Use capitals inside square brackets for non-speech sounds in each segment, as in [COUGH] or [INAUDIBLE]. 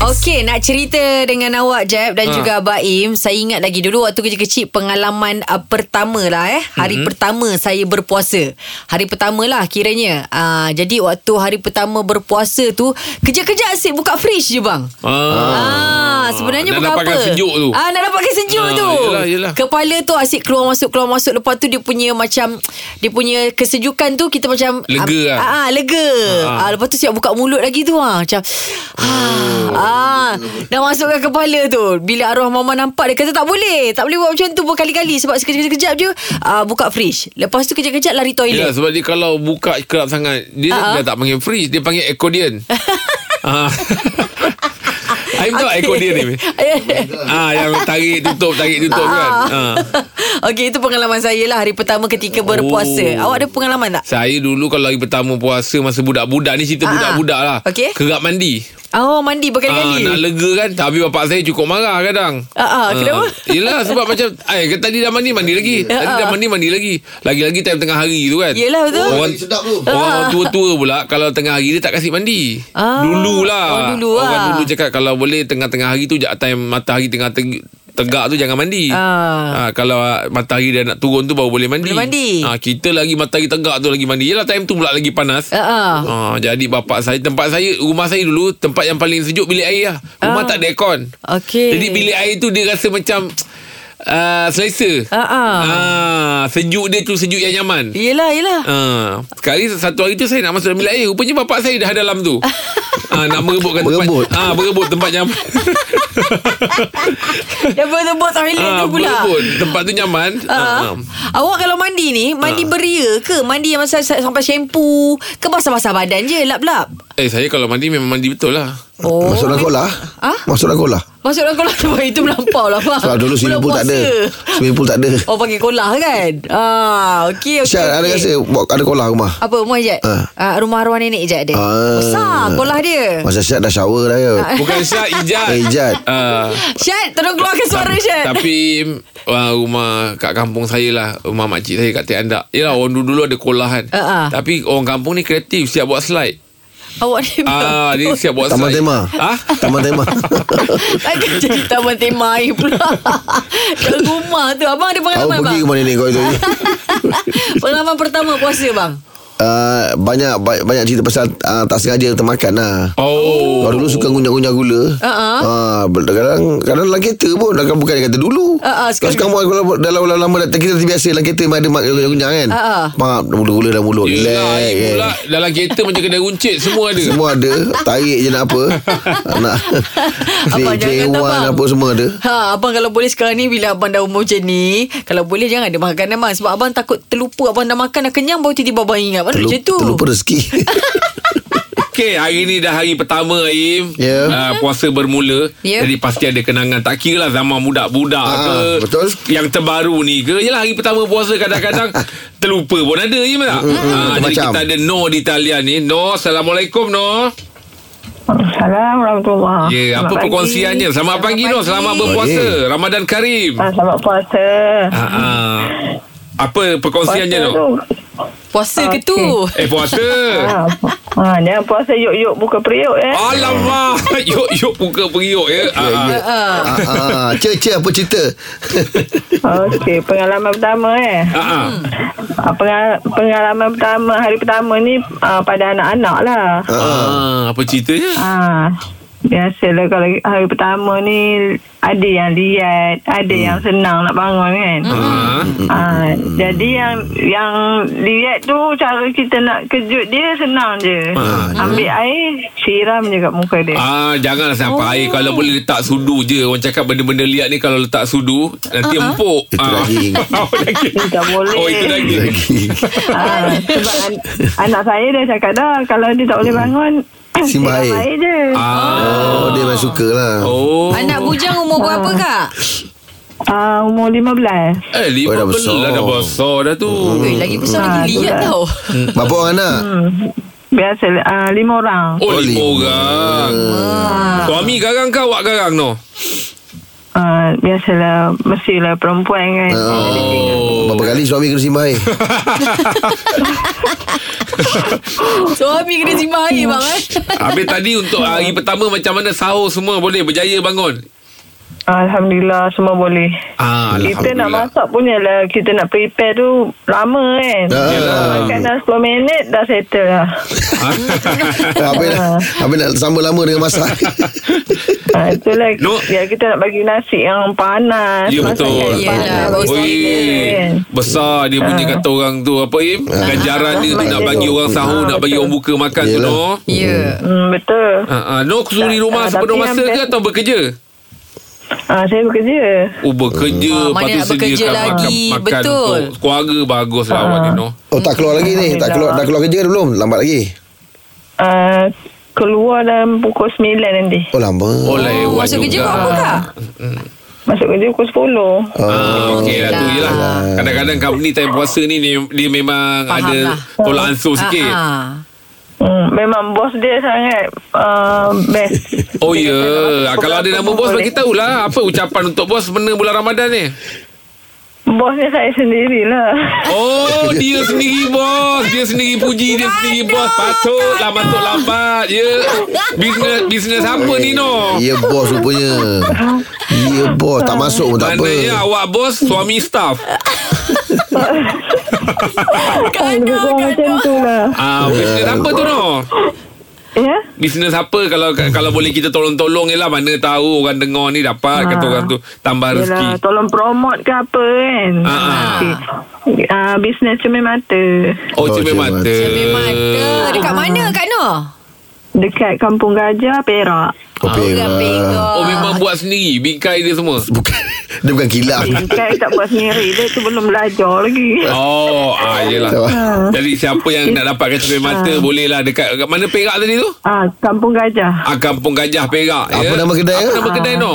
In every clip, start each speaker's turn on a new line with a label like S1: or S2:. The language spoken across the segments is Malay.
S1: Okey, nak cerita dengan awak Jeb dan
S2: Ha.
S1: juga Baim. Saya ingat lagi dulu waktu kerja kecil pengalaman uh, pertama lah eh. Hari mm-hmm. pertama saya berpuasa. Hari pertama lah kiranya. Uh, jadi waktu hari pertama berpuasa tu, kerja-kerja asyik buka fridge je bang. Ah, sebenarnya
S2: Nak
S1: bukan apa.
S2: dapatkan sejuk tu.
S1: Ah, nak dapatkan sejuk
S2: Ah,
S1: tu.
S2: yelah, yelah.
S1: Kepala tu asyik keluar masuk keluar masuk lepas tu dia punya macam dia punya kesejukan tu kita macam ah,
S2: Lega lah.
S1: ah, ah lega. Ah.
S2: Ah. Oh.
S1: lepas tu siap buka mulut lagi tu ah macam ah, ah dah masuk ke kepala tu. Bila arwah mama nampak dia kata tak boleh. Tak boleh buat macam tu berkali-kali sebab sekejap-kejap je ah, buka fridge. Lepas tu kejap-kejap lari
S2: Yelah
S1: toilet.
S2: sebab dia kalau buka kerap sangat Dia
S1: Ah, ah.
S2: uh-huh. dah tak panggil freeze Dia panggil
S1: [LAUGHS]
S2: accordion Ah. Aim
S1: [LAUGHS]
S2: tahu okay. accordion ni Ah, yang tarik tutup Tarik tutup
S1: [LAUGHS]
S2: kan ah.
S1: Okey itu pengalaman saya lah hari pertama ketika berpuasa.
S2: Oh.
S1: Awak ada pengalaman tak?
S2: Saya dulu kalau hari pertama puasa Masa budak-budak Ni
S1: Ah,
S2: cerita
S1: ah.
S2: budak-budak lah
S1: Okey.
S2: Kerap mandi
S1: Oh mandi
S2: ah,
S1: berkali-kali.
S2: Nak lega kan Tapi bapak saya cukup marah kadang
S1: Ah, ah, kenapa? Ah.
S2: Yelah sebab macam Ay, Tadi dah mandi Mandi lagi Tadi dah mandi Mandi lagi Lagi-lagi time tengah hari tu kan
S1: [LAUGHS] Yelah, betul.
S3: Oh,
S2: Orang
S3: lagi sedap tu.
S2: Orang tua-tua pula Kalau tengah hari Dia tak kasih mandi
S1: Ah.
S2: Dululah
S1: Oh, dulu
S2: Orang
S1: lah.
S2: dulu cakap Kalau boleh tengah-tengah hari tu ja- Time matahari tengah teg- tegak tu Jangan mandi
S1: Ah.
S2: ha, Kalau ah, matahari dah nak turun tu Baru boleh mandi
S1: Boleh mandi.
S2: ha, Kita lagi matahari tegak tu Lagi mandi Yelah time tu pula lagi panas
S1: Ah, ah.
S2: Ah, jadi bapak saya tempat saya rumah saya dulu tempat yang paling sejuk bilik air lah. Rumah
S1: Ah. Eh.
S2: tak ada aircon.
S1: Okey.
S2: Jadi bilik air tu dia rasa macam uh, selesa.
S1: Ah, ah.
S2: Ah, sejuk dia tu sejuk yang nyaman.
S1: Yelah,
S2: [LAUGHS]
S1: yelah.
S2: Ah, sekali satu hari tu saya nak masuk dalam bilik air Rupanya bapak saya dah dalam tu ah, Nak merebutkan
S3: Berebut.
S2: tempat ah, Berebut tempat nyaman
S1: Dia berebut toilet
S2: ah,
S1: tu pula.
S2: Berebut tempat tu nyaman
S1: Ah.
S2: ah.
S1: Awak kalau mandi ni Mandi beria ke? Mandi yang masa sampai shampoo Ke basah-basah badan je Lap-lap
S2: Eh saya kalau mandi memang mandi betul lah
S1: Oh
S3: Masuk dalam kolah
S1: Ah?
S3: Masuk dalam kolah
S1: Masuk dalam kolah Wah, Itu melampau lah bang
S3: Sebab dulu swimming pool tak ada Swimming pool tak ada
S1: Oh pakai kolah kan ah, Okey okey.
S3: Syah ada
S1: okey.
S3: rasa buat- Ada kolah rumah
S1: Apa rumah Ijat?
S3: Ah.
S1: Ah, rumah arwah nenek Ijat ada
S3: Ah.
S1: Besar kolah dia
S3: Masa Syah dah shower dah ya
S2: Bukan
S1: [LAUGHS]
S2: Syah Ijat
S3: Eh Ijat
S2: ah.
S1: Syat tolong keluarkan suara Syat
S2: Tapi uh, Rumah kat kampung saya lah Rumah makcik saya kat Tiak Andak Yelah orang dulu-dulu ada kolahan
S1: Ah, ah.
S2: Tapi orang kampung ni kreatif Siap buat slide
S1: Awak ni
S2: Ah,
S1: [LAUGHS]
S2: Dia siap buat
S3: Taman
S2: slide
S3: tema
S2: Ah?
S3: Taman tema
S1: Takkan jadi taman tema air pula Kat rumah tu Abang ada
S3: Kau
S1: pengalaman
S3: pergi
S1: bang
S3: ke mana ni kau itu
S1: [LAUGHS] Pengalaman pertama puasa bang
S3: Ah, Banyak ba- Banyak cerita pasal ah, Tak sengaja termakan lah
S2: Oh
S3: Kau dulu suka ngunyah-ngunyah gula
S1: Ah,
S3: uh-huh. Kadang Kadang dalam kereta pun Kadang bukan dia kata dulu
S1: Ah, ah,
S3: Kau
S1: sekarang-
S3: sekarang buat kalau Dalam lama, lama dah- Kita terbiasa dalam kereta Memang ada mak ngunyah-ngunyah kan
S1: Ah, ah.
S3: Mak Gula-gula dalam mulut
S2: Yelah
S3: Relax
S2: air
S3: kan
S2: pula Dalam kereta macam kedai runcit Semua ada
S3: Semua ada Tarik je nak
S1: [LAUGHS]
S3: apa Nak
S1: Abang jangan tak,
S3: Cewan
S1: abang.
S3: apa semua ada
S1: Ha, abang kalau boleh sekarang ni bila abang dah umur macam ni, kalau boleh jangan ada makanan abang sebab abang takut terlupa abang dah makan dah kenyang baru tiba-tiba abang ingat. Mana
S3: Terlupa,
S1: macam tu?
S3: terlupa
S1: [LAUGHS]
S3: rezeki
S2: Okay hari ni dah hari pertama Aim
S3: Ya.
S2: Ah, Puasa bermula
S1: Ya.
S2: Jadi pasti ada kenangan Tak kira lah zaman budak-budak
S3: Ah,
S2: ke
S3: betul.
S2: Yang terbaru ni ke Yelah hari pertama puasa
S3: [LAUGHS]
S2: kadang-kadang Terlupa pun ada Aim tak Ah, Jadi
S3: Macam.
S2: kita ada Noh di talian ni Noh Assalamualaikum Noh
S4: Assalamualaikum warahmatullahi
S5: Ah,
S2: Ya, yeah, apa
S4: Selamat
S2: perkongsiannya?
S4: pagi.
S2: Selamat, pagi, Noh. Selamat berpuasa.
S3: Oh,
S2: Ramadan Karim.
S4: Ah, selamat puasa.
S2: Ha, ha. Apa perkongsiannya, Noh?
S1: Puasa ke tu?
S2: Eh, puasa.
S4: Ah, ah, jangan puasa yuk-yuk buka periuk eh.
S2: Alamak. [LAUGHS] Yuk, yuk buka periuk ya. Ha, ha.
S3: ah, ah, Cer cer apa cerita
S2: Ah.
S4: Okey, pengalaman pertama eh.
S2: Ha, ha.
S4: Ah, pengal- pengalaman pertama hari pertama ni ah, pada anak-anak lah.
S2: Ah, apa ceritanya?
S4: Ah, biasalah kalau hari pertama ni ada yang liat, ada yang
S2: Hmm.
S4: senang nak bangun kan.
S2: Ha.
S4: Ah, jadi yang yang lihat tu cara kita nak kejut dia senang je.
S2: Ah.
S4: Ambil air, siram je kat muka dia.
S2: Ah, janganlah
S4: Oh.
S2: sampai air kalau boleh letak sudu je. Orang cakap benda-benda liat ni kalau letak sudu nanti empuk.
S3: Itu
S2: Ah.
S3: daging.
S2: [LAUGHS] Oh, daging.
S4: Tak boleh.
S2: Oh, itu daging.
S3: Lagi
S4: Ah, sebab an- anak saya dah cakap dah kalau dia tak boleh bangun
S3: Simbah air.
S4: air je.
S2: Mm. Ah.
S3: Oh dia memang suka lah
S2: Oh.
S1: Anak bujang umur berapa kak?
S4: Ah, umur 15.
S2: Eh,
S3: Oh,
S2: lima
S3: dah besar. Hmm.
S2: belas dah besar dah tu.
S1: Weh, lagi besar
S4: Ah,
S1: lagi
S4: itulah.
S1: liat tau.
S3: Berapa orang anak
S4: Biasa ah, lima orang.
S2: Oh,
S3: Oh,
S2: lima
S3: lima.
S1: Ah.
S2: orang. Suami garang ke awak garang, Noh?
S4: uh, biasalah mestilah perempuan kan.
S2: Ah.
S4: Uh.
S3: Oh. Berapa kali suami kena simbah air?
S1: Suami kena simbah air bang eh.
S2: Habis tadi untuk hari pertama macam mana sahur semua boleh berjaya bangun?
S4: Alhamdulillah semua boleh.
S2: Ah,
S4: Kita nak
S2: Alhamdulillah.
S4: masak punya lah Kita nak prepare tu Lama kan
S3: Ah.
S4: Yelah. Makan dah 10 minit Dah settle lah
S3: Habis nak, habis nak sama lama dengan masak.
S4: ha, Itulah
S2: No.
S4: ya, Kita nak bagi nasi yang panas
S2: Ya betul
S4: Masakan yang
S1: Yelah,
S4: panas,
S1: bagus
S4: bagi
S2: Oi,
S4: kita kan.
S2: Besar dia punya kata orang tu Apa Im
S1: Ah.
S2: Ganjaran dia tu nak bagi orang sahur Nak bagi orang buka makan tu
S3: Yelah.
S2: no
S1: Ya. Yeah.
S4: hmm, Betul
S2: Ha, ha. Noh suri
S4: Tak,
S2: rumah
S4: tak,
S2: sepenuh
S4: Ah, tapi
S2: masa
S4: yang
S2: ke
S4: best-
S2: atau bekerja?
S4: ha, Saya bekerja
S2: Oh bekerja
S1: Ah, mana nak bekerja
S2: sediakan
S1: lagi,
S2: makan, makan
S1: betul.
S2: Untuk keluarga bagus
S4: Ah.
S2: lah awak ni Noh
S3: Oh tak keluar lagi ni Tak keluar Dah keluar kerja ke belum Lambat lagi
S4: uh, Keluar dalam pukul 9 nanti
S3: Oh lama
S2: Oh, lain
S1: Oh,
S2: buat
S1: masuk kerja
S2: juga.
S1: buat apa kak?
S4: Masuk kerja pukul 10
S2: Ah, okey lah tu
S1: Yelah.
S2: je lah Kadang-kadang company time puasa ni Dia, dia memang
S1: Faham
S2: ada
S1: lah.
S2: Tolak ansur Oh, sikit
S1: Ah, ah.
S4: hmm, Memang bos dia sangat uh, Best
S2: Oh
S4: Dia
S2: ya
S4: kata,
S2: yeah. Kalau ada nama bos
S4: boleh.
S2: bagi tahulah Apa ucapan untuk bos Benda bulan Ramadan ni
S4: Bosnya saya lah. sendirilah
S3: [LAUGHS]
S2: Oh dia sendiri bos Dia sendiri puji Dia sendiri bos Patutlah masuk lambat Ya Bisnes Bisnes apa ni Noh
S3: Ya bos rupanya Ya bos Tak masuk pun tak apa
S2: Maknanya awak bos Suami staff Oh.
S4: Lebih
S1: Kandung,
S4: kurang macam
S1: kandung.
S4: tu lah
S2: Ah,
S3: Ya.
S2: Bisnes apa tu Noh
S4: Ya
S2: Bisnes apa kalau kalau boleh kita tolong-tolong je lah Mana tahu orang dengar ni dapat Kata orang tu tambah
S4: Yelah,
S2: rezeki
S4: tolong promote ke apa kan
S2: Ah, ah.
S4: Okey. Ah, Bisnes cermin mata
S2: Oh
S3: Oh,
S2: cermin
S3: cermin
S2: mata
S3: mata.
S1: Cermin mata. Dekat mana Kak Noh?
S4: Dekat Kampung Gajah, Perak
S3: Kopi
S1: Orang Perak.
S2: Oh memang buat sendiri Bingkai dia semua
S3: Bukan [LAUGHS] Dia bukan kilang
S4: Saya tak buat sendiri Dia tu belum belajar lagi
S2: Oh ah, Yelah Jadi siapa yang nak dapatkan cermin mata Bolehlah dekat dekat Mana Perak tadi tu?
S4: ah, Kampung Gajah
S2: Ah, Kampung Gajah Perak
S3: Apa
S2: ya?
S3: nama kedai,
S2: Apa
S3: ya?
S2: nama kedai no?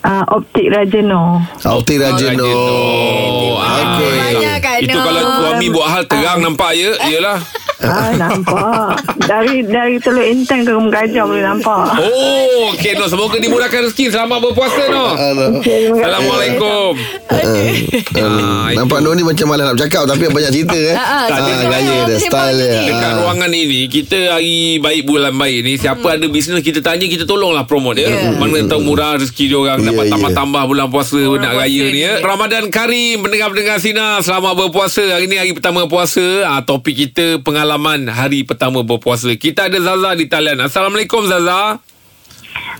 S4: ah, Optik Raja Noh
S3: Auti Rajino
S2: Oh, ah.
S3: Oh, Okey.
S1: Banyak Kak Noh. Ah.
S2: Itu kalau suami buat hal terang nampak ya Yelah
S4: ah, Nampak Dari dari Teluk Intan ke Kampung Gajah boleh nampak
S2: Oh Okay no Semoga dimurahkan rezeki Selamat berpuasa no [LAUGHS]
S3: Alah.
S4: Terima
S3: Ah,
S4: kasih.
S2: Assalamualaikum Ah,
S3: Ah, Nampak Nur ni macam malas nak bercakap Tapi banyak cerita eh
S1: Ah, ah,
S3: Ah,
S2: cerita
S3: gaya
S1: dia.
S3: dia Style dia
S2: Dekat
S3: Ah.
S2: ruangan ini Kita hari baik bulan baik ni Siapa ada bisnes Kita tanya Kita tolonglah promote ya
S1: Ya.
S2: Mana tahu murah rezeki dia orang
S3: Ya,
S2: Dapat
S3: ya.
S2: tambah-tambah bulan puasa Nak
S1: puasa
S2: raya ni
S1: ni.
S2: ya Ramadan Karim Pendengar-pendengar Sina Selamat berpuasa Hari ni hari pertama puasa ha, Topik kita Pengalaman hari pertama berpuasa Kita ada Zaza di talian Assalamualaikum Zaza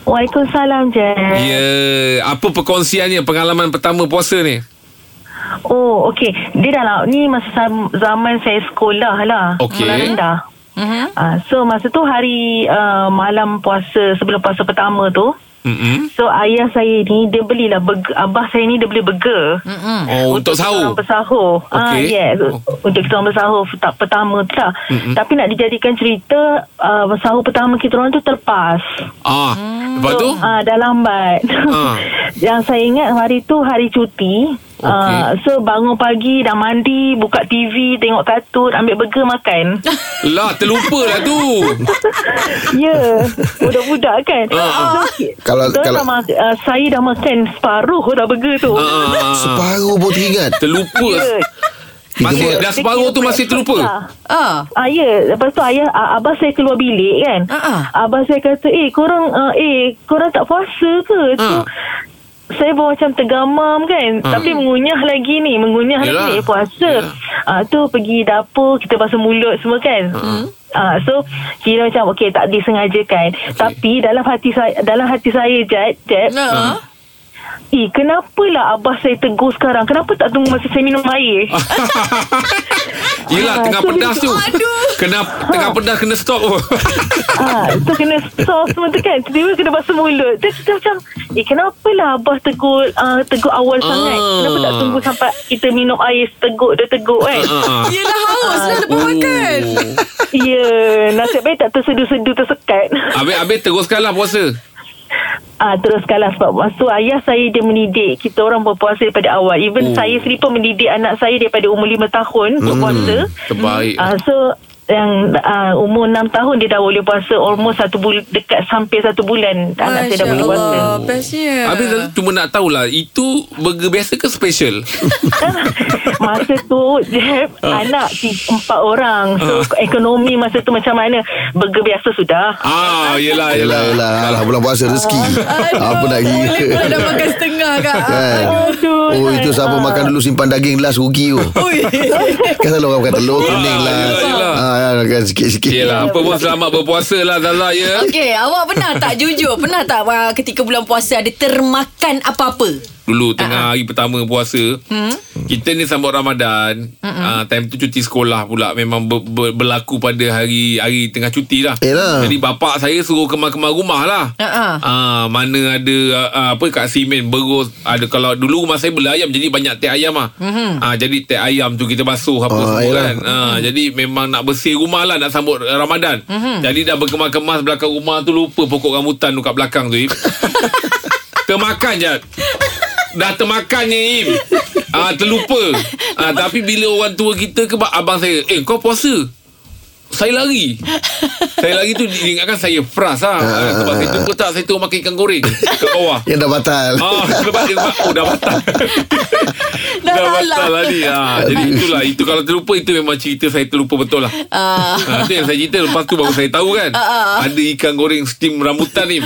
S5: Waalaikumsalam je.
S2: Ya Apa perkongsiannya Pengalaman pertama puasa ni
S5: Oh, okey. Dia dalam ni masa sam- zaman saya sekolah lah.
S2: Okey.
S5: Sekolah rendah.
S1: Mhm.
S5: Uh, so masa tu hari uh, malam puasa sebelum puasa pertama tu.
S2: Mm-mm.
S5: So ayah saya ni dia belilah burger, abah saya ni dia beli burger.
S1: Mm-mm.
S2: Oh, untuk
S5: kita
S2: sahur
S5: orang bersahur. Ah
S2: Okey. Oh.
S5: yes, untuk kita orang bersahur tak pertama tu lah.
S2: Mm-mm.
S5: Tapi nak dijadikan cerita uh, sahur pertama kita orang tu terpas.
S2: Ah, Lepas tu
S5: Ah, dah lambat.
S2: Ah.
S5: [LAUGHS] Yang saya ingat hari tu hari cuti.
S2: Okey.
S5: Ah, so bangun pagi dah mandi, buka TV, tengok kartun, ambil burger
S2: [LAUGHS]
S5: makan.
S2: Lah terlupa lah [LAUGHS] tu
S5: ya, budak-budak kan.
S2: Ah,
S3: Kalau
S5: So,
S3: kalau
S5: dah ma- ah, saya dah makan separuh dah burger tu.
S2: Ah,
S3: Separuh pun teringat
S2: terlupa.
S5: Ya.
S2: Masih dah separuh tu masih terlupa.
S5: Ah.
S1: Ah.
S5: Ah ya, lepas tu ayah ah, abah saya keluar bilik kan.
S1: Ah, ah.
S5: Abah saya kata, "Eh, korang ah, eh, korang tak puasa ke?" Tu
S2: Ah.
S5: saya pun macam tergamam kan
S2: Ah.
S5: Tapi mengunyah lagi ni Mengunyah
S2: Yelah.
S5: lagi eh, Puasa ah, Tu pergi dapur Kita basuh mulut semua kan ah, So Kira macam Okay tak disengajakan Tapi dalam hati saya Dalam hati saya Jad Jad
S1: Nah.
S5: Eh kenapalah Abah saya tegur sekarang Kenapa tak tunggu Masa saya minum air
S2: [LAUGHS] Yelah
S5: Ah,
S2: tengah
S5: tu
S2: pedas tu.
S1: Aduh.
S2: Kena tengah pedas kena stop. [LAUGHS]
S5: Ah, tu kena sos semua tu kan Tiba-tiba kena basuh mulut Dia kita macam Eh kenapalah Abah tegur uh, Tegur awal
S2: Ah.
S5: sangat Kenapa tak tunggu sampai Kita minum air Teguk dia teguk kan
S2: Ah, ah.
S1: Yelah haus lah
S2: Oh.
S1: lepas makan.
S5: Ya Nasib baik tak tersedu-sedu Tersekat
S2: Habis habis teruskanlah puasa.
S5: ah, Teruskanlah sebab Masa tu ayah saya dia mendidik Kita orang berpuasa daripada awal
S2: Oh.
S5: Even
S2: Hmm.
S5: saya sendiri pun mendidik Anak saya daripada umur 5 tahun Berpuasa
S2: Terbaik.
S5: Ah, so yang uh, umur 6 tahun dia dah boleh puasa almost satu bul- dekat sampai satu bulan anak saya dah boleh puasa.
S1: Allah, bestnya.
S2: Habis Zazan cuma nak tahulah Itu burger biasa ke special?
S5: [LAUGHS] masa tu Jeb anak ti- empat orang so ekonomi masa tu macam mana burger biasa sudah
S2: ah, yelah,
S3: Yelah,
S2: yelah.
S3: yelah. Alah, bulan puasa rezeki.
S1: Aduh,
S3: Apa nak
S1: Boleh pula dah
S3: kira?
S1: makan setengah kak.
S3: Kan?
S5: Aduh,
S3: Oh, itu siapa
S5: ah.
S3: makan dulu simpan daging last rugi
S1: [LAUGHS]
S3: tu.
S1: Ui.
S3: Kan selalu orang makan telur kuning lah.
S2: yelah, yelah.
S3: Ah, kan sikit-sikit.
S2: Ah. Yelah, apa pun selamat berpuasa lah Zaza ya.
S1: Okey, awak pernah tak jujur? Pernah tak uh, ketika bulan puasa ada termakan apa-apa?
S2: Dulu tengah hari pertama puasa Kita ni sambut Ramadan uh, Time tu cuti sekolah pula Memang ber, ber, berlaku pada hari Hari tengah cuti lah
S3: Yelah.
S2: Jadi bapak saya suruh kemar-kemar rumah lah
S1: Ah, ah.
S2: Ah, Mana ada ah, Apa kat simen Berus Ada kalau dulu rumah saya beli ayam Jadi banyak teh ayam lah Ah, Jadi teh ayam tu kita basuh Apa
S3: Ah,
S2: semua
S3: yelah.
S2: kan Ah, Jadi memang nak bersih rumah lah Nak sambut Ramadan Jadi dah berkemas-kemas Belakang rumah tu Lupa pokok rambutan tu kat belakang tu Im. Termakan je Dah termakannya Im ah, Terlupa ah, Tapi bila orang tua kita ke ba- Abang saya Eh kau puasa Saya lari Saya lari tu Diingatkan saya Fras lah ah, Sebab saya tunggu tak Saya tunggu makan ikan goreng Ke bawah
S3: Yang dah batal.
S2: Ah, lepas dia sebab Oh dah batal
S1: Dah lalak.
S2: batal lah ni ah, Jadi itulah Itu kalau terlupa Itu memang cerita saya terlupa betul lah
S1: Ah.
S2: Ah, Itu yang saya cerita Lepas tu baru saya tahu kan Ada ikan goreng Steam rambutan [LAUGHS] ni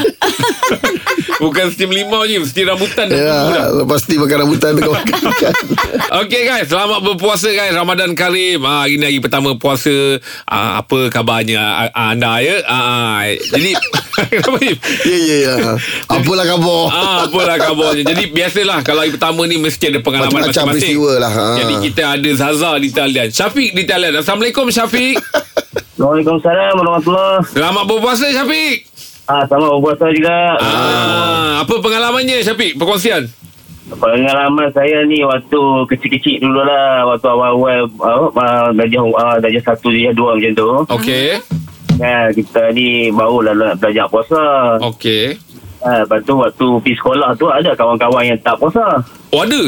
S2: Bukan steam limau je Steam rambutan dah tunggu dah.
S3: [LAUGHS] Ya, lepas ni makan rambutan dekat makan. [LAUGHS]
S2: Okey guys, selamat berpuasa guys. Ramadan Karim. Ha, hari ni hari pertama puasa. Ha, apa kabarnya ha, anda ya? Ha, ha. Jadi [LAUGHS] kenapa ni?
S3: Ya, ya, ya. Apalah khabar?
S2: Ah, apalah kabarnya. Jadi biasalah kalau hari pertama ni mesti ada pengalaman
S3: Macam-macam
S2: masing-masing.
S3: peristiwa lah, ha.
S2: Jadi kita ada Zaza di talian. Syafiq di talian. Assalamualaikum Syafiq.
S6: Waalaikumsalam warahmatullahi
S2: Selamat berpuasa Syafiq.
S6: Ah sama berpuasa juga.
S2: Ah, apa pengalamannya Syafiq? Perkongsian.
S6: Pengalaman saya ni waktu kecil-kecil dulu lah waktu awal-awal uh, uh, darjah uh, darjah satu darjah dua macam tu.
S2: Okey.
S6: Nah, kita ni baru lah nak belajar puasa.
S2: Okey.
S6: Ah, lepas tu waktu pergi sekolah tu ada kawan-kawan yang tak puasa.
S2: Oh ada.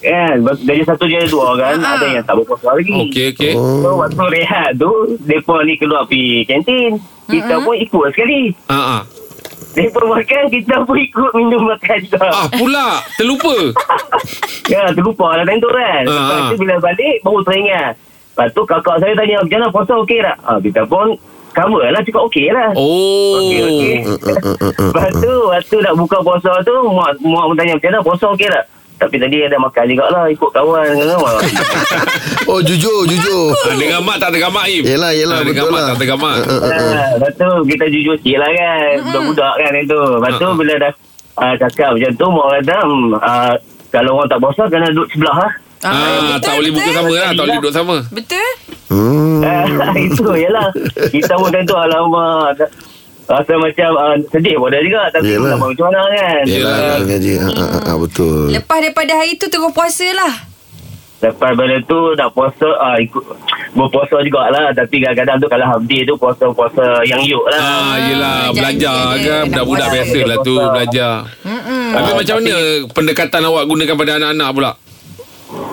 S6: Kan, yeah, darjah satu darjah dua kan ada yang tak berpuasa lagi.
S2: Ah. Okey okey.
S6: So waktu rehat tu Mereka ni keluar pergi kantin Kita pun ikut sekali
S2: Ha ah.
S6: Mereka makan Kita pun ikut minum makan juga
S2: Ah pula terlupa.
S6: Ya, terlupa lah time tu kan.
S2: Ah,
S6: Lepas
S2: ah.
S6: tu bila balik, baru teringat. Lepas tu kakak saya tanya, macam mana puasa okey tak? Ha, kita pun cover lah, cukup okey lah.
S2: Oh.
S6: Okey, okey.
S3: Ah,
S6: Lepas tu, waktu nak buka puasa tu, mak, mak pun tanya, macam mana puasa okey tak? Tapi tadi ada makan juga lah, ikut kawan.
S2: [LAUGHS]
S6: kawan.
S3: Oh, jujur, jujur.
S2: Ah, dengan mak tak tergamak Im Ah,
S3: Yelah, yelah,
S2: dengan
S3: betul
S2: mak
S3: lah.
S2: tak tergamak
S6: Ha, lepas tu, kita jujur sikit lah kan. Budak-budak kan itu. Lepas
S2: Ah,
S6: tu, bila dah uh, cakap macam tu, mak kata, hmm, ah, kalau orang tak puasa, kena duduk sebelah lah.
S2: Ah, tak boleh buka sama lah Tak boleh duduk sama
S1: Betul?
S3: Hmm.
S6: Ah, [LAUGHS] itu je lah Kita pun tentu Alamak dah- Rasa macam uh, sedih pun dah juga Tapi
S3: Yelah.
S6: Yelah. nak buat macam mana kan
S3: Yelah,
S2: Yelah.
S3: ngaji. Ha, ha, ha, betul.
S1: Lepas daripada hari tu terus puasa lah.
S6: Lepas benda tu Nak puasa uh, ikut, Berpuasa jugalah Tapi kadang-kadang tu Kalau half day tu Puasa-puasa yang yuk lah
S2: Ah, yelah
S1: janji dia
S2: Belajar
S1: Ah,
S2: kan
S1: nak
S2: Budak-budak
S6: puasa.
S2: biasa lah tu
S6: Puasa.
S2: Belajar Tapi macam mana Pendekatan awak gunakan pada anak-anak pula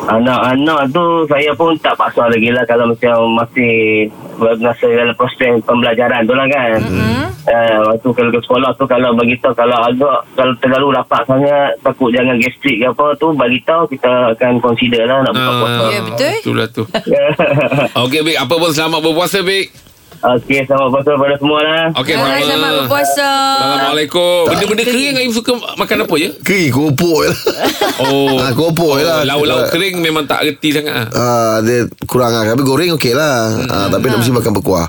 S6: Anak-anak tu Saya pun tak paksa lagi lah Kalau macam masih Masa dalam proses pembelajaran tu lah kan mm-hmm. uh, Waktu kalau ke sekolah tu Kalau beritahu Kalau agak Kalau terlalu rapat sangat Takut jangan gastrik ke apa tu Beritahu kita akan consider lah Nak buka puasa
S2: Ah,
S1: Ya, betul.
S2: Itulah tu Okey Bik Apa pun selamat berpuasa Bik
S6: [LAUGHS] Okey, selamat puasa pada semua lah.
S2: Okey
S1: Alright, Ah, selamat berpuasa.
S2: Assalamualaikum Benda-benda kering Aim suka makan apa je
S3: Kering keropok je lah.
S2: Oh
S3: Ah, keropok je lah.
S2: Lauk-lauk kering memang tak reti sangat ah.
S3: Ah, dia kurang lah Tapi goreng okey lah
S2: Hmm.
S3: ah, Tapi nak mesti makan berkuah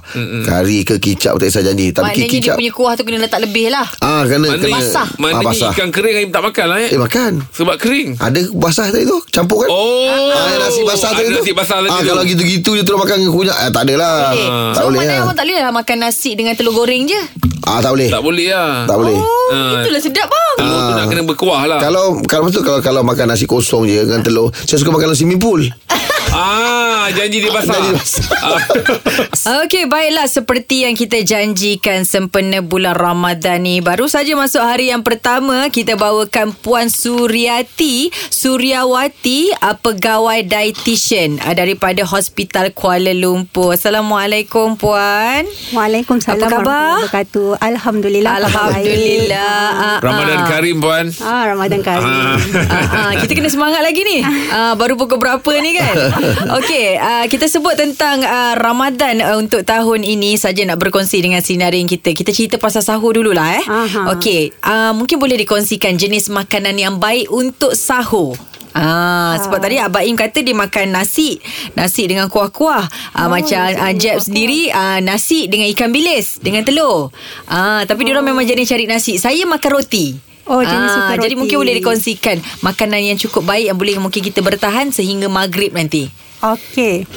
S3: Kari ke kicap Tak kisah janji Tapi
S1: Maknanya dia
S3: kicap
S1: punya kuah tu kena letak lebih lah.
S3: Ah, kena,
S2: Maknanya,
S3: kena
S1: Basah.
S3: Ah,
S2: Maknanya
S3: basah
S2: ikan kering Aim tak makan lah eh
S3: Eh makan
S2: Sebab kering
S3: Ada basah tadi tu Campur kan
S2: Oh
S3: Ah, yang nasi basah
S2: Ada
S3: tadi tu
S2: Nasi basah tadi
S3: ah,
S2: tu
S3: Kalau gitu-gitu Dia terus makan dengan kunyit ah, Tak ada lah
S1: Okey.
S3: Tak
S1: so,
S3: boleh
S1: maknanya
S3: lah
S1: awak tak boleh lah makan nasi dengan telur goreng je.
S3: ah, Tak boleh
S2: Tak boleh lah
S3: Tak Ah. boleh
S1: Oh,
S2: Ah.
S1: itulah sedap bang.
S2: Telur tu nak kena berkuah lah
S3: Kalau kalau betul kalau kalau makan nasi kosong je dengan telur, saya suka makan nasi mimpul.
S2: Ah, janji dia basah.
S3: Janji dia basah.
S2: Ah.
S1: Okey, baiklah seperti yang kita janjikan sempena bulan Ramadan ni. Baru saja masuk hari yang pertama, kita bawakan Puan Suriati, Suriawati, uh, pegawai dietitian uh, daripada Hospital Kuala Lumpur. Assalamualaikum Puan.
S7: Waalaikumsalam
S1: Apa khabar?
S7: warahmatullahi wabarakatuh. Alhamdulillah.
S1: Alhamdulillah. Ah,
S2: [LAUGHS] Ramadan
S1: ah.
S2: Karim puan.
S7: Ah, Ramadan Karim.
S2: Ah.
S1: Ah, ah, kita kena semangat lagi ni. Ah, baru pukul berapa ni kan? Okey, ah, kita sebut tentang ah, Ramadan ah, untuk tahun ini saja nak berkongsi dengan sinarin kita. Kita cerita pasal sahur dululah eh.
S7: Aha.
S1: Okey, ah, mungkin boleh dikongsikan jenis makanan yang baik untuk sahur. Ah, sebab tadi Abang Im kata dia makan nasi, nasi dengan kuah-kuah. Ah, macam ah, Jeb sendiri ah, nasi dengan ikan bilis dengan telur. Ah, tapi dia orang memang jenis cari nasi. Saya makan roti.
S7: Oh, jenis
S1: Ah,
S7: suka roti.
S1: Jadi mungkin boleh dikongsikan makanan yang cukup baik yang boleh mungkin kita bertahan sehingga maghrib nanti.
S7: Okey.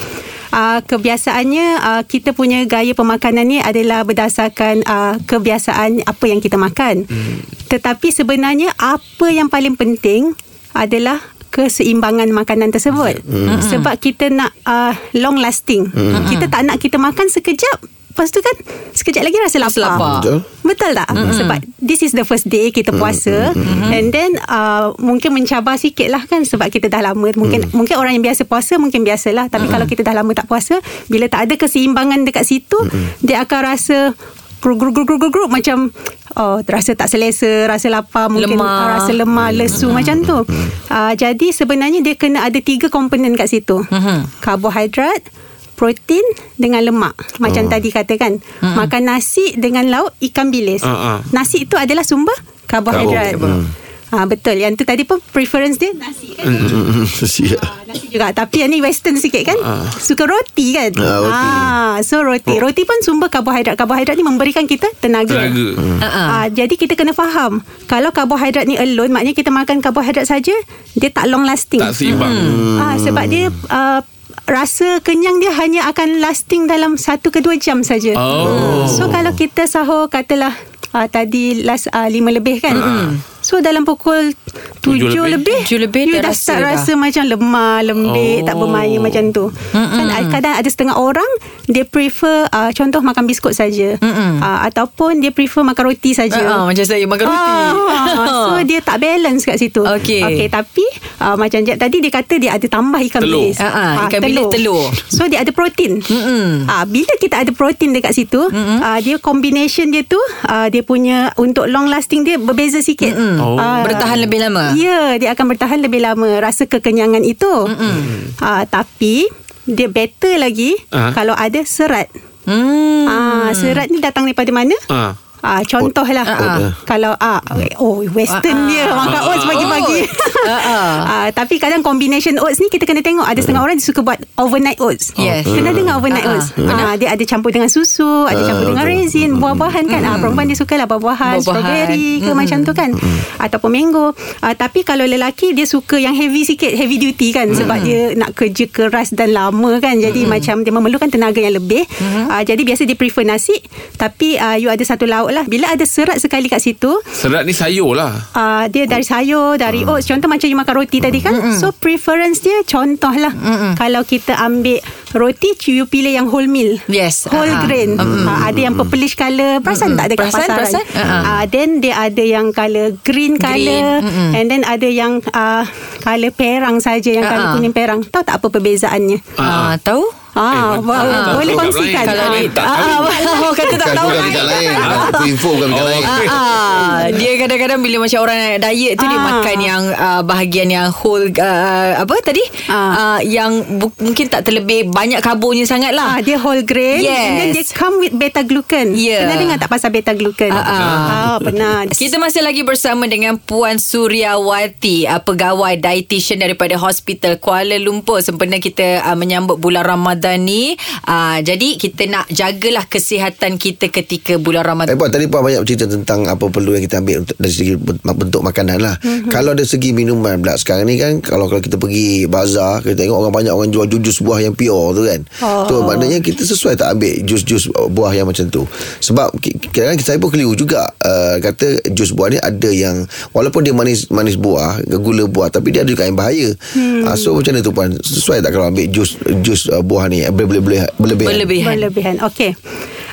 S7: Uh, kebiasaannya uh, kita punya gaya pemakanan ni adalah berdasarkan uh, kebiasaan apa yang kita makan. Hmm. Tetapi sebenarnya apa yang paling penting adalah keseimbangan makanan tersebut. Hmm. Sebab kita nak uh, long lasting. Hmm. Kita tak nak kita makan sekejap Lepas tu kan Sekejap lagi rasa lapar,
S1: Rasa lapar.
S3: Betul.
S7: Betul tak? Mm-hmm. Sebab this is the first day kita puasa mm-hmm. and then uh, mungkin mencabar sikit lah kan sebab kita dah lama mungkin mm. mungkin orang yang biasa puasa mungkin biasalah tapi mm. kalau kita dah lama tak puasa bila tak ada keseimbangan dekat situ mm-hmm. dia akan rasa Grup, grup, grup, grup, grup, grup Macam oh, Rasa tak selesa Rasa lapar Mungkin
S1: Lemah.
S7: ah, rasa lemah
S2: Hmm.
S7: Lesu macam tu uh, Jadi sebenarnya Dia kena ada tiga komponen kat situ
S2: Hmm.
S7: Karbohidrat Protein Dengan lemak
S2: Oh.
S7: Macam tadi kata kan Makan nasi dengan lauk Ikan bilis
S2: Hmm. Ah, Hmm. ah.
S7: Nasi itu adalah sumber Karbohidrat Ah betul yang tu tadi pun preference dia nasi kan
S2: Hmm.
S3: [LAUGHS] Siap.
S7: Ah, nasi juga tapi yang ni western sikit kan
S2: Ah.
S7: suka roti kan
S3: Ah, roti.
S7: ah so
S2: Oh.
S7: roti roti pun sumber karbohidrat karbohidrat ni memberikan kita tenaga
S2: Tenaga.
S1: Hmm.
S7: Ah, jadi kita kena faham Kalau karbohidrat ni alone Maknanya kita makan karbohidrat saja Dia tak long lasting
S2: Tak seimbang.
S7: ah, Sebab dia uh, Rasa kenyang dia hanya akan lasting Dalam satu ke dua jam saja Hmm.
S2: Oh.
S7: So kalau kita sahur Katalah uh, Tadi last uh, lima lebih kan So dalam pukul
S2: Tujuh
S7: tujuh
S2: lebih.
S7: lebih,
S1: Tujuh lebih
S7: You
S1: dah
S7: dah
S1: rasa
S7: start
S1: dah.
S7: rasa macam lemah Lembik
S2: Oh.
S7: oh. Tak bermaya macam tu Kan kadang ada setengah orang Dia prefer uh, Contoh makan biskut saja uh, Ataupun dia prefer makan roti saja
S1: Ah, ah, macam saya makan roti. [LAUGHS]
S7: Ah, [LAUGHS] so dia tak balance kat situ.
S1: Okey.
S7: Okey, tapi uh, macam Jeb tadi dia kata dia ada tambah ikan
S2: Telur.
S7: bilis.
S1: Ah, ah, ikan bilis, telur.
S7: So dia ada protein.
S1: Mm-mm.
S7: Ah, bila kita ada protein dekat situ, ah, dia combination dia tu ah, dia punya untuk long lasting dia berbeza sikit.
S2: Oh.
S7: Ah,
S1: Bertahan lebih lama.
S7: Ya, dia akan bertahan lebih lama rasa kekenyangan itu. Ah, tapi dia better lagi
S2: Ah.
S7: kalau ada serat.
S1: Hmm.
S7: Ah, serat ni datang daripada mana?
S2: Ah.
S7: Ah contohlah
S3: ah.
S7: kalau ah oh western dia makan oats pagi-pagi.
S1: Ah, ah.
S7: [LAUGHS] Ah tapi kadang combination oats ni kita kena tengok ada setengah orang dia suka buat overnight oats.
S1: Oh. Yes.
S7: Kena
S2: Hmm.
S7: dengar overnight
S1: Ah, ah.
S7: oats. Ah dia ada campur dengan susu, ada
S2: Ah,
S7: campur dengan resin,
S2: Hmm.
S7: buah-buahan kan.
S1: Hmm.
S7: Ah perempuan dia sukalah buah-buahan,
S1: Buah-buahan.
S7: strawberry Ah, ke macam tu kan. Ataupun mango. Ah tapi kalau lelaki dia suka yang heavy sikit, heavy duty kan sebab dia nak kerja keras dan lama kan. Jadi macam dia memerlukan tenaga yang lebih. Ah jadi biasa dia prefer nasi tapi ah you ada satu lauk lah. Bila ada serat sekali kat situ,
S2: Serat ni sayur lah.
S7: Uh, dia dari sayur, dari oats. Contoh macam you makan roti tadi kan. So preference dia contohlah. Kalau kita ambil roti, you pilih yang whole meal.
S1: Yes.
S7: Whole
S1: Ah.
S7: grain. Uh, ada yang purplish colour. Perasan tak dekat
S1: Hmm. Perasan,
S7: pasaran?
S1: perasan. Ah.
S7: Uh, then dia ada yang colour green colour.
S1: Hmm.
S7: And then ada yang uh, colour perang saja. Yang colour
S1: Ah.
S7: kuning perang. Tahu tak apa perbezaannya?
S1: Ah, tahu?
S7: Ah,
S2: Eh,
S7: wow,
S2: tak tahu
S7: boleh
S2: kat
S7: kongsikan.
S2: lain.
S1: Kalau
S7: Ah,
S1: ni
S2: tak
S7: ah,
S2: tahu. Kan
S7: ah, ah, kata tak
S3: Bukan
S7: tahu.
S3: bukan dekat lain Aku info bukan dekat lain
S2: Oh.
S7: [LAUGHS]
S1: Ah, dia kadang-kadang bila macam orang nak diet tu dia
S7: Ah.
S1: makan yang uh, bahagian yang whole uh, apa tadi?
S7: Ah.
S1: Uh, yang bu- mungkin tak terlebih banyak karbonya sangatlah.
S7: Ah, dia whole grain
S1: Yes.
S7: and then dia come with beta glucan.
S1: Yeah.
S7: Pernah dengar tak pasal beta glucan?
S1: Ah, ah.
S7: ah pernah.
S1: Kita masih lagi bersama dengan Puan Suriawati, uh, pegawai dietitian daripada Hospital Kuala Lumpur sempena kita uh, menyambut bulan Ramadan Ramadan ni uh, jadi kita nak jagalah kesihatan kita ketika bulan Ramadan
S3: Eh, Puan, tadi Puan banyak cerita tentang apa perlu yang kita ambil untuk dari segi bent- bentuk makanan lah.
S7: Mhm.
S3: Mm-hmm. Kalau dari segi minuman pula, sekarang ni kan kalau kalau kita pergi bazar, kita tengok orang banyak orang jual jus buah yang pure tu kan.
S7: Oh.
S3: Tu maknanya kita sesuai tak ambil jus-jus buah yang macam tu. Sebab ki- kadang-kadang saya pun keliru juga. Uh, kata jus buah ni ada yang, walaupun dia manis manis buah, gula buah, tapi dia ada juga yang bahaya. Hmm. Uh, so macam mana tu Puan? Sesuai tak kalau ambil jus jus uh, buah ni? Berlebihan. Berlebihan.
S1: berlebihan.
S7: Berlebihan. Okey.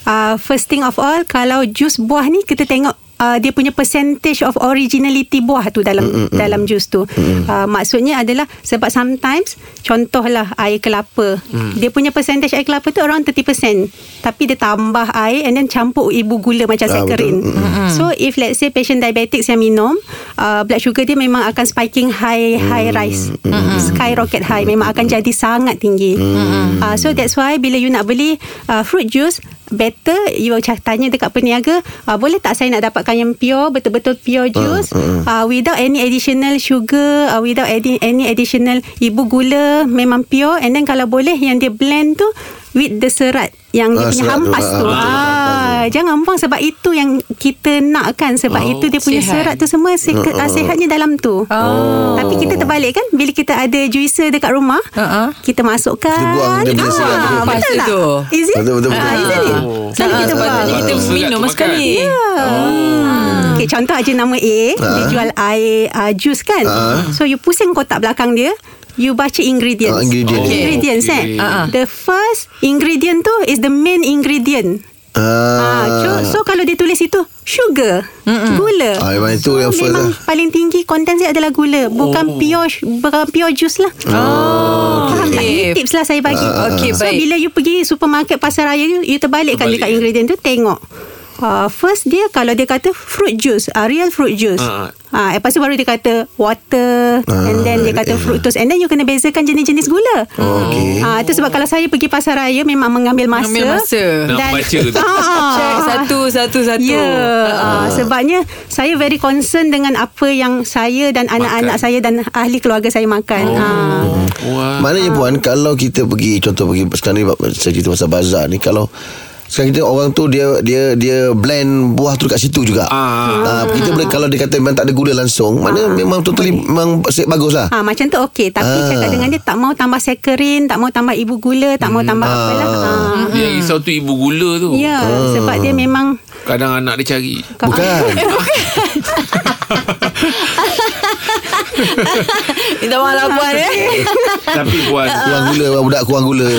S7: Uh, first thing of all, kalau jus buah ni kita tengok Uh, dia punya percentage of originality buah tu dalam mm, dalam jus tu. Mm. Uh, maksudnya adalah sebab sometimes contohlah air kelapa. Mm. Dia punya percentage air kelapa tu around 30%. Tapi dia tambah air and then campur ibu gula
S3: Ah,
S7: macam saccharin.
S3: betul.
S7: Mm. So if let's say patient diabetics yang minum, uh, blood sugar dia memang akan spiking high high rise. Mm. Skyrocket high memang akan jadi sangat tinggi. Mm. Uh, so that's why bila you nak beli uh, fruit juice better you cak- tanya dekat peniaga uh, boleh tak saya nak dapatkan yang pure betul-betul pure juice uh, without any additional sugar uh, without any, any additional ibu gula memang pure and then kalau boleh yang dia blend tu with the serat yang dia
S3: Ah,
S7: punya
S3: serat tu.
S7: hampas
S3: Ah,
S7: tu.
S3: ah, betul,
S7: Ah, jangan buang sebab itu yang kita nak kan sebab
S2: Oh,
S7: oh, itu dia punya
S1: sihat.
S7: sihat. serat tu semua se- uh, sihatnya dalam tu. Oh. Tapi kita terbalik kan bila kita ada juicer dekat rumah,
S1: Ah, ah.
S7: kita masukkan.
S3: Kita buang dia punya serat tu.
S7: ah, betul
S1: Lepas
S7: tak?
S1: tu.
S7: Is it?
S3: Betul, betul, betul.
S7: Ah, isn't it?
S2: Oh.
S7: Selalu
S1: Ah,
S7: kita buang.
S1: sepatutnya kita
S2: Betul.
S1: minum
S2: Serat tu
S1: sekali.
S7: Ya, Hmm. Okay, contoh aja nama A Dia jual air uh, jus kan
S3: Ah.
S7: So you pusing kotak belakang dia You baca ingredients
S3: Ah, ingredient.
S7: okay.
S3: Okay.
S7: Ingredients eh
S2: Okay.
S1: Ah, ah.
S7: The first ingredient tu Is the main ingredient Ah, so- so kalau dia tulis itu sugar, Mm-mm. gula.
S3: Ah, memang itu yang first
S7: memang
S3: lah.
S7: paling tinggi konten dia adalah gula, bukan oh. pure bukan pure juice lah.
S3: Ah,
S7: Oh, faham tak? Ini
S1: Okey.
S7: tips lah saya bagi.
S1: Ah, ah, Okey, ah.
S7: so
S1: baik.
S7: bila you pergi supermarket pasar raya you, you terbalikkan
S2: Terbalik.
S7: dekat ingredient tu tengok. Uh, first dia kalau dia kata fruit juice, uh, real fruit juice.
S2: Ah, ah.
S7: Ah, lepas tu baru dia kata water
S3: Ah,
S7: and then dia kata fructose and then you kena bezakan jenis-jenis gula.
S3: Okey.
S7: Ah, itu sebab kalau saya pergi pasar raya memang mengambil masa.
S1: Mengambil masa.
S2: Nak
S7: Dan-
S2: baca tu.
S7: [LAUGHS] Ah.
S1: Check satu satu satu.
S7: Ya,
S3: Ah.
S7: uh, sebabnya saya very concern dengan apa yang saya dan anak-anak saya dan ahli keluarga saya makan. Oh. Uh.
S2: Wah.
S3: Maknanya puan Kalau kita pergi Contoh pergi Sekarang ni Saya cerita pasal bazar ni Kalau sekarang kita orang tu dia dia dia blend buah tu dekat situ juga.
S2: Ah.
S3: Ah, kita boleh kalau dia kata memang tak ada gula langsung, mana memang totally memang set bagus lah.
S7: Ha, macam tu okey Tapi
S3: Ah.
S7: cakap dengan dia Tak mau tambah saccharin Tak mau tambah ibu gula Tak mau
S3: Hmm,
S7: tambah
S3: ah.
S7: apa lah ha.
S2: Yang risau tu ibu gula
S3: Oh.
S2: tu.
S7: Ya Sebab dia memang
S2: Kadang anak dia cari.
S3: Bukan.
S1: Minta maaf lah puan eh.
S2: [LAUGHS] Tapi puan
S3: kurang gula budak kurang gula.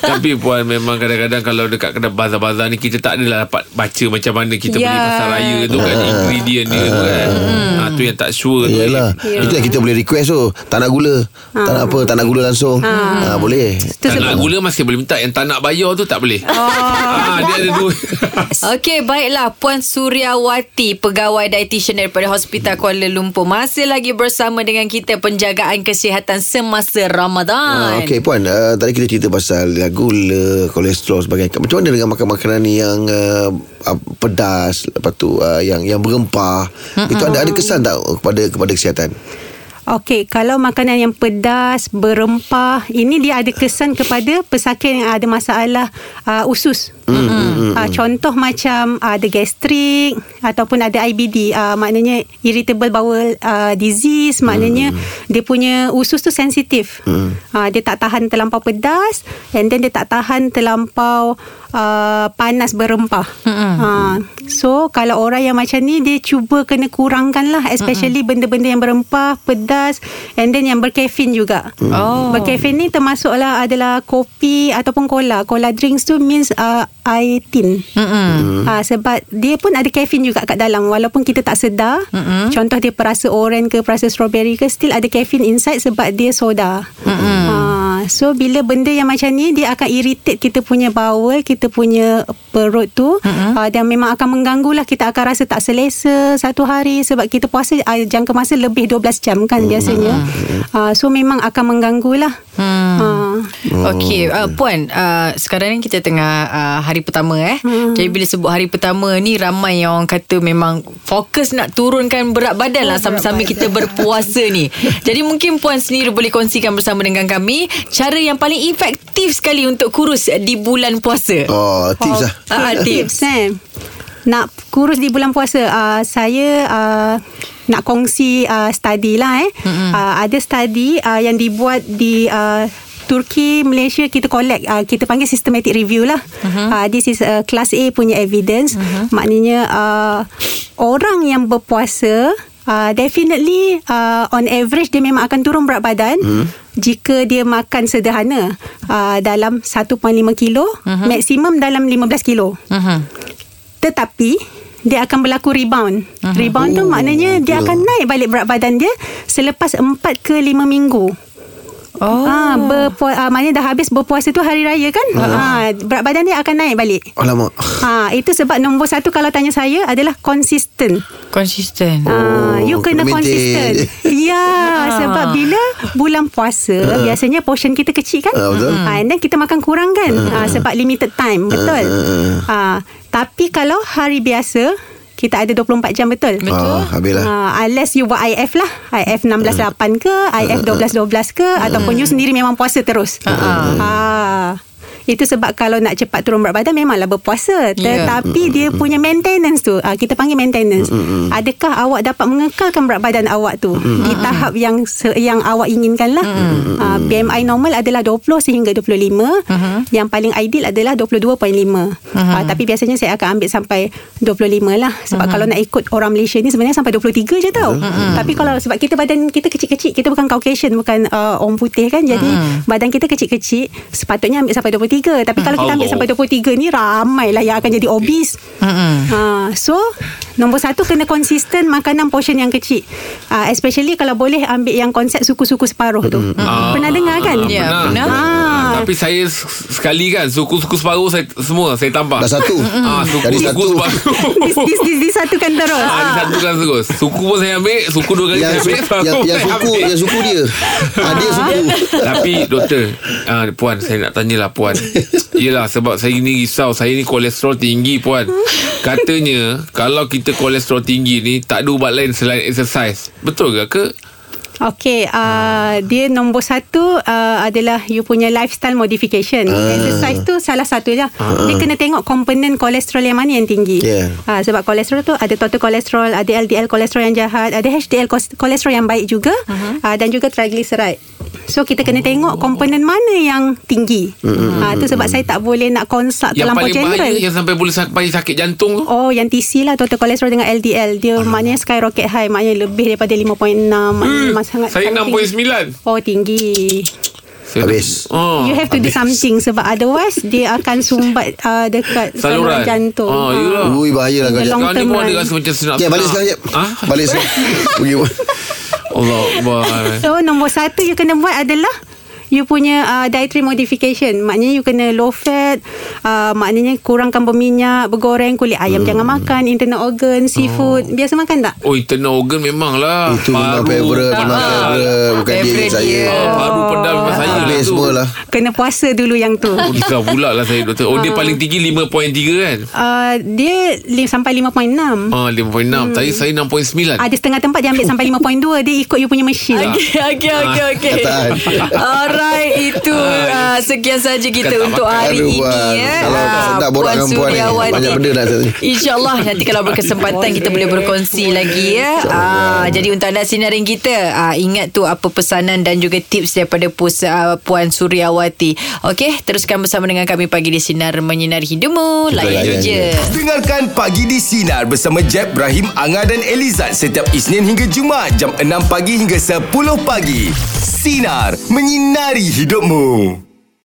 S2: Tapi puan memang kadang-kadang Kalau dekat kedai bazar-bazar ni Kita tak adalah dapat baca Macam mana kita
S1: Ya.
S2: beli pasar raya tu kan
S3: Ah.
S2: Ingredient dia tu kan ha, Tu yang tak sure tu
S3: Yalah. Itu yang kita boleh request tu. Tak nak gula. Tak nak apa, tak nak gula langsung. Ah, boleh.
S7: tu
S2: Tak
S7: sebab
S2: nak gula masih boleh minta Yang tak nak bayar tu tak boleh oh. Dia ada dua
S1: Okey, baiklah Puan Suryawati, pegawai dietitian daripada Hospital Kuala Lumpur masih lagi bersama dengan kita penjagaan kesihatan semasa Ramadan.
S3: Ah, okay Puan uh, Tadi kita cerita pasal uh, Gula Kolesterol sebagainya Macam mana dengan makan makanan yang uh, uh, Pedas Lepas tu uh, Yang yang berempah Itu ada ada kesan tak Kepada kepada kesihatan
S7: Okey, kalau makanan yang pedas, berempah, ini dia ada kesan kepada pesakit yang ada masalah uh, usus. Mm, uh, contoh macam uh, ada gastrik ataupun ada IBD, uh, maknanya irritable bowel uh, disease, maknanya dia punya usus tu sensitif. Mm. Uh, dia tak tahan terlampau pedas and then dia tak tahan terlampau uh, panas berempah. Mm-hmm. Uh, so kalau orang yang macam ni dia cuba kena kurangkan lah especially benda-benda yang berempah, pedas and then yang berkafein juga. Oh. Berkafein ni termasuklah adalah kopi ataupun cola. Cola drinks tu means uh, air tin. Mm-hmm. Uh, sebab dia pun ada kafein juga kat dalam walaupun kita tak sedar. Mm-hmm. Contoh dia perasa oren ke perasa strawberry ke still ada kafein inside sebab dia soda. Mm-hmm. Uh, so bila benda yang macam ni dia akan irritate kita punya bowel, kita punya perut tu mm-hmm. uh, dan memang akan mengganggu lah kita akan rasa tak selesa satu hari sebab kita puasa uh, jangka masa lebih 12 jam kan mm-hmm. biasanya. Uh, so memang akan mengganggu lah. Mm. Uh.
S1: Hmm. Okey, uh, puan, uh, sekarang ni kita tengah uh, hari pertama eh. Hmm. Jadi bila sebut hari pertama ni ramai yang orang kata memang fokus nak turunkan berat badan lah sambil-sambil kita [LAUGHS] berpuasa ni. Jadi mungkin puan sendiri boleh kongsikan bersama dengan kami cara yang paling efektif tips sekali untuk kurus di bulan puasa.
S3: Oh, tips lah.
S1: Ah, tips.
S7: tips eh. Nak kurus di bulan puasa uh, Saya uh, nak kongsi uh, study lah eh mm-hmm. uh, Ada study uh, yang dibuat di uh, Turki, Malaysia kita collect uh, Kita panggil systematic review lah uh-huh. uh, This is uh, class A punya evidence uh-huh. Maknanya uh, Orang yang berpuasa Uh, definitely uh, on average dia memang akan turun berat badan hmm. jika dia makan sederhana uh, dalam 1.5 kilo uh-huh. maksimum dalam 15 kilo.
S1: Uh-huh.
S7: Tetapi dia akan berlaku rebound. Uh-huh. Rebound tu maknanya dia akan naik balik berat badan dia selepas 4 ke 5 minggu.
S1: Oh.
S7: Ah, berpua- ah, maknanya dah habis berpuasa tu hari raya kan? Ah, berat badan dia akan naik balik.
S3: Alamak.
S7: Ah, itu sebab nombor satu kalau tanya saya adalah konsisten.
S1: Konsisten. [LAUGHS]
S7: Ah, you kena
S3: committed.
S7: konsisten. Ya, sebab bila bulan puasa [LAUGHS] biasanya portion kita kecil kan?
S3: Ah, betul.
S7: Ah, and then kita makan kurang kan? Ah, sebab limited time, betul? Ah, tapi kalau hari biasa kita ada 24 jam betul?
S1: Betul.
S3: Ah, habislah.
S7: Uh, unless you buat IF lah IF 16-8 ke IF 12-12 ke Ataupun you sendiri memang puasa terus uh-uh. uh, Itu sebab kalau nak cepat turun berat badan Memanglah berpuasa
S1: Ya.
S7: Tetapi dia punya maintenance tu uh, Kita panggil maintenance Adakah awak dapat mengekalkan berat badan awak tu Di tahap yang se- yang awak inginkan lah uh, BMI normal adalah 20 sehingga 25 Yang paling ideal adalah 22.5 uh, Tapi biasanya saya akan ambil sampai 25 lah Sebab kalau nak ikut orang Malaysia ni Sebenarnya sampai 23 je tau Tapi kalau sebab kita badan kita kecil-kecil Kita bukan Caucasian Bukan uh, orang putih kan Jadi badan kita kecil-kecil Sepatutnya ambil sampai 23 Tapi kalau kita ambil
S2: Allah.
S7: sampai 23 ni Ramailah yang akan jadi obese Ha, so Nombor satu Kena konsisten Makanan portion yang kecil uh, Especially kalau boleh Ambil yang konsep Suku-suku separuh tu Pernah
S2: Ah.
S7: dengar kan [LAUGHS]
S1: Ya, pernah.
S7: Ah.
S2: Tapi saya s- sekali kan Suku-suku separuh saya, Semua saya tampak
S3: Dah satu.
S2: Ah,
S3: Jadi
S2: Suku-suku
S3: satu.
S2: separuh
S7: dis, dis, dis, Disatukan terus
S2: [LAUGHS]
S7: Ha.
S2: Ah, dia satukan terus Suku pun saya ambil Suku dua kali
S3: Yang,
S2: saya
S3: su-
S2: ambil separuh
S3: yang, yang
S2: saya
S3: suku
S2: ambil.
S3: Yang suku dia ah, Dia suku
S2: Tapi doktor uh, Puan saya nak tanyalah puan Yelah sebab saya ni risau Saya ni kolesterol tinggi puan Katanya Kalau kita kolesterol tinggi ni Tak ada ubat lain selain exercise Betul ke ke?
S7: Okay, uh, dia nombor satu uh, adalah you punya lifestyle modification. Uh. Exercise tu salah satu je. Uh. Dia kena tengok komponen kolesterol yang mana yang tinggi.
S3: Yeah.
S7: Uh, sebab kolesterol tu ada total kolesterol, ada LDL kolesterol yang jahat, ada HDL kos- kolesterol yang baik juga uh-huh. uh, dan juga triglyceride. So kita kena tengok komponen mana yang tinggi. Uh, tu sebab saya tak boleh nak consult
S2: Yang
S7: terlampau
S2: paling bahaya
S7: general.
S2: Yang sampai boleh sak- paling sakit jantung tu
S7: Oh yang TC lah Total kolesterol dengan LDL Dia
S2: Ah.
S7: maknanya skyrocket high Maknanya lebih daripada 5.6 Maknanya memang sangat
S2: Hmm. Saya
S7: sangat tinggi.
S2: 6.9
S7: Oh tinggi
S2: Saya-
S3: Habis.
S2: oh.
S7: You have to do something Sebab otherwise Dia akan sumbat uh, Dekat saluran,
S2: Saluran.
S7: jantung Ah.
S2: Oh, yelah.
S3: Ui bahaya lah kau Jeb.
S7: Belum.
S2: Sekarang ni
S7: term
S2: pun ada
S7: run.
S2: rasa macam senap
S3: Jeb Ya, balik sekarang Jeb
S2: Ha?
S3: Balik
S2: [LAUGHS]
S3: sekarang Pergi
S2: Allah
S7: [LAUGHS]
S2: Akbar
S7: So nombor satu You kena buat adalah You punya uh, dietary modification Maknanya you kena low fat uh, Maknanya kurangkan berminyak Bergoreng Kulit ayam jangan makan Internal organ Seafood Biasa makan tak?
S2: Hmm. Oh internal organ memang lah
S3: Itu memang favorite Memang favorite Bukan diri
S1: Favorite
S3: saya
S1: dia.
S7: Ya.
S2: Oh, Paru pedal memang Ah. saya lah
S3: Habis
S2: tu
S3: semua lah
S7: Kena puasa dulu yang tu
S2: Oh, Risau pula lah saya doktor Oh
S7: Ah.
S2: dia paling tinggi 5.3 kan
S7: uh, Dia li- sampai 5.6
S2: Ah 5.6
S7: Hmm.
S2: Saya saya 6.9
S7: Ada setengah tempat Ah, dia ambil sampai 5.2 Dia ikut you punya mesin
S2: Ya.
S1: Okey, Ya, okey, okey, okey.
S3: Ah, Kataan.
S1: Alright, itu uh, sekian saja kita
S2: Kata
S1: untuk hari ini.
S3: Aduh, Puan.
S1: ya.
S3: Kalau
S1: Ah,
S3: tak nak borak dengan Puan ni,
S1: Sudiawati.
S3: banyak benda nak tanya.
S1: InsyaAllah nanti kalau berkesempatan kita boleh berkongsi lagi ya. Ah, jadi untuk anda sinarin kita, ah, ingat tu apa pesanan dan juga tips daripada pus, ah, Puan Suriawati. Okey, teruskan bersama dengan kami pagi di Sinar Menyinari Hidupmu. Layan
S3: layan
S1: je.
S3: je.
S8: Dengarkan Pagi di Sinar bersama Jeb, Ibrahim, Anga dan Elizad setiap Isnin hingga Jumaat jam 6 pagi hingga 10 pagi. Sinar. Menyinari hidupmu.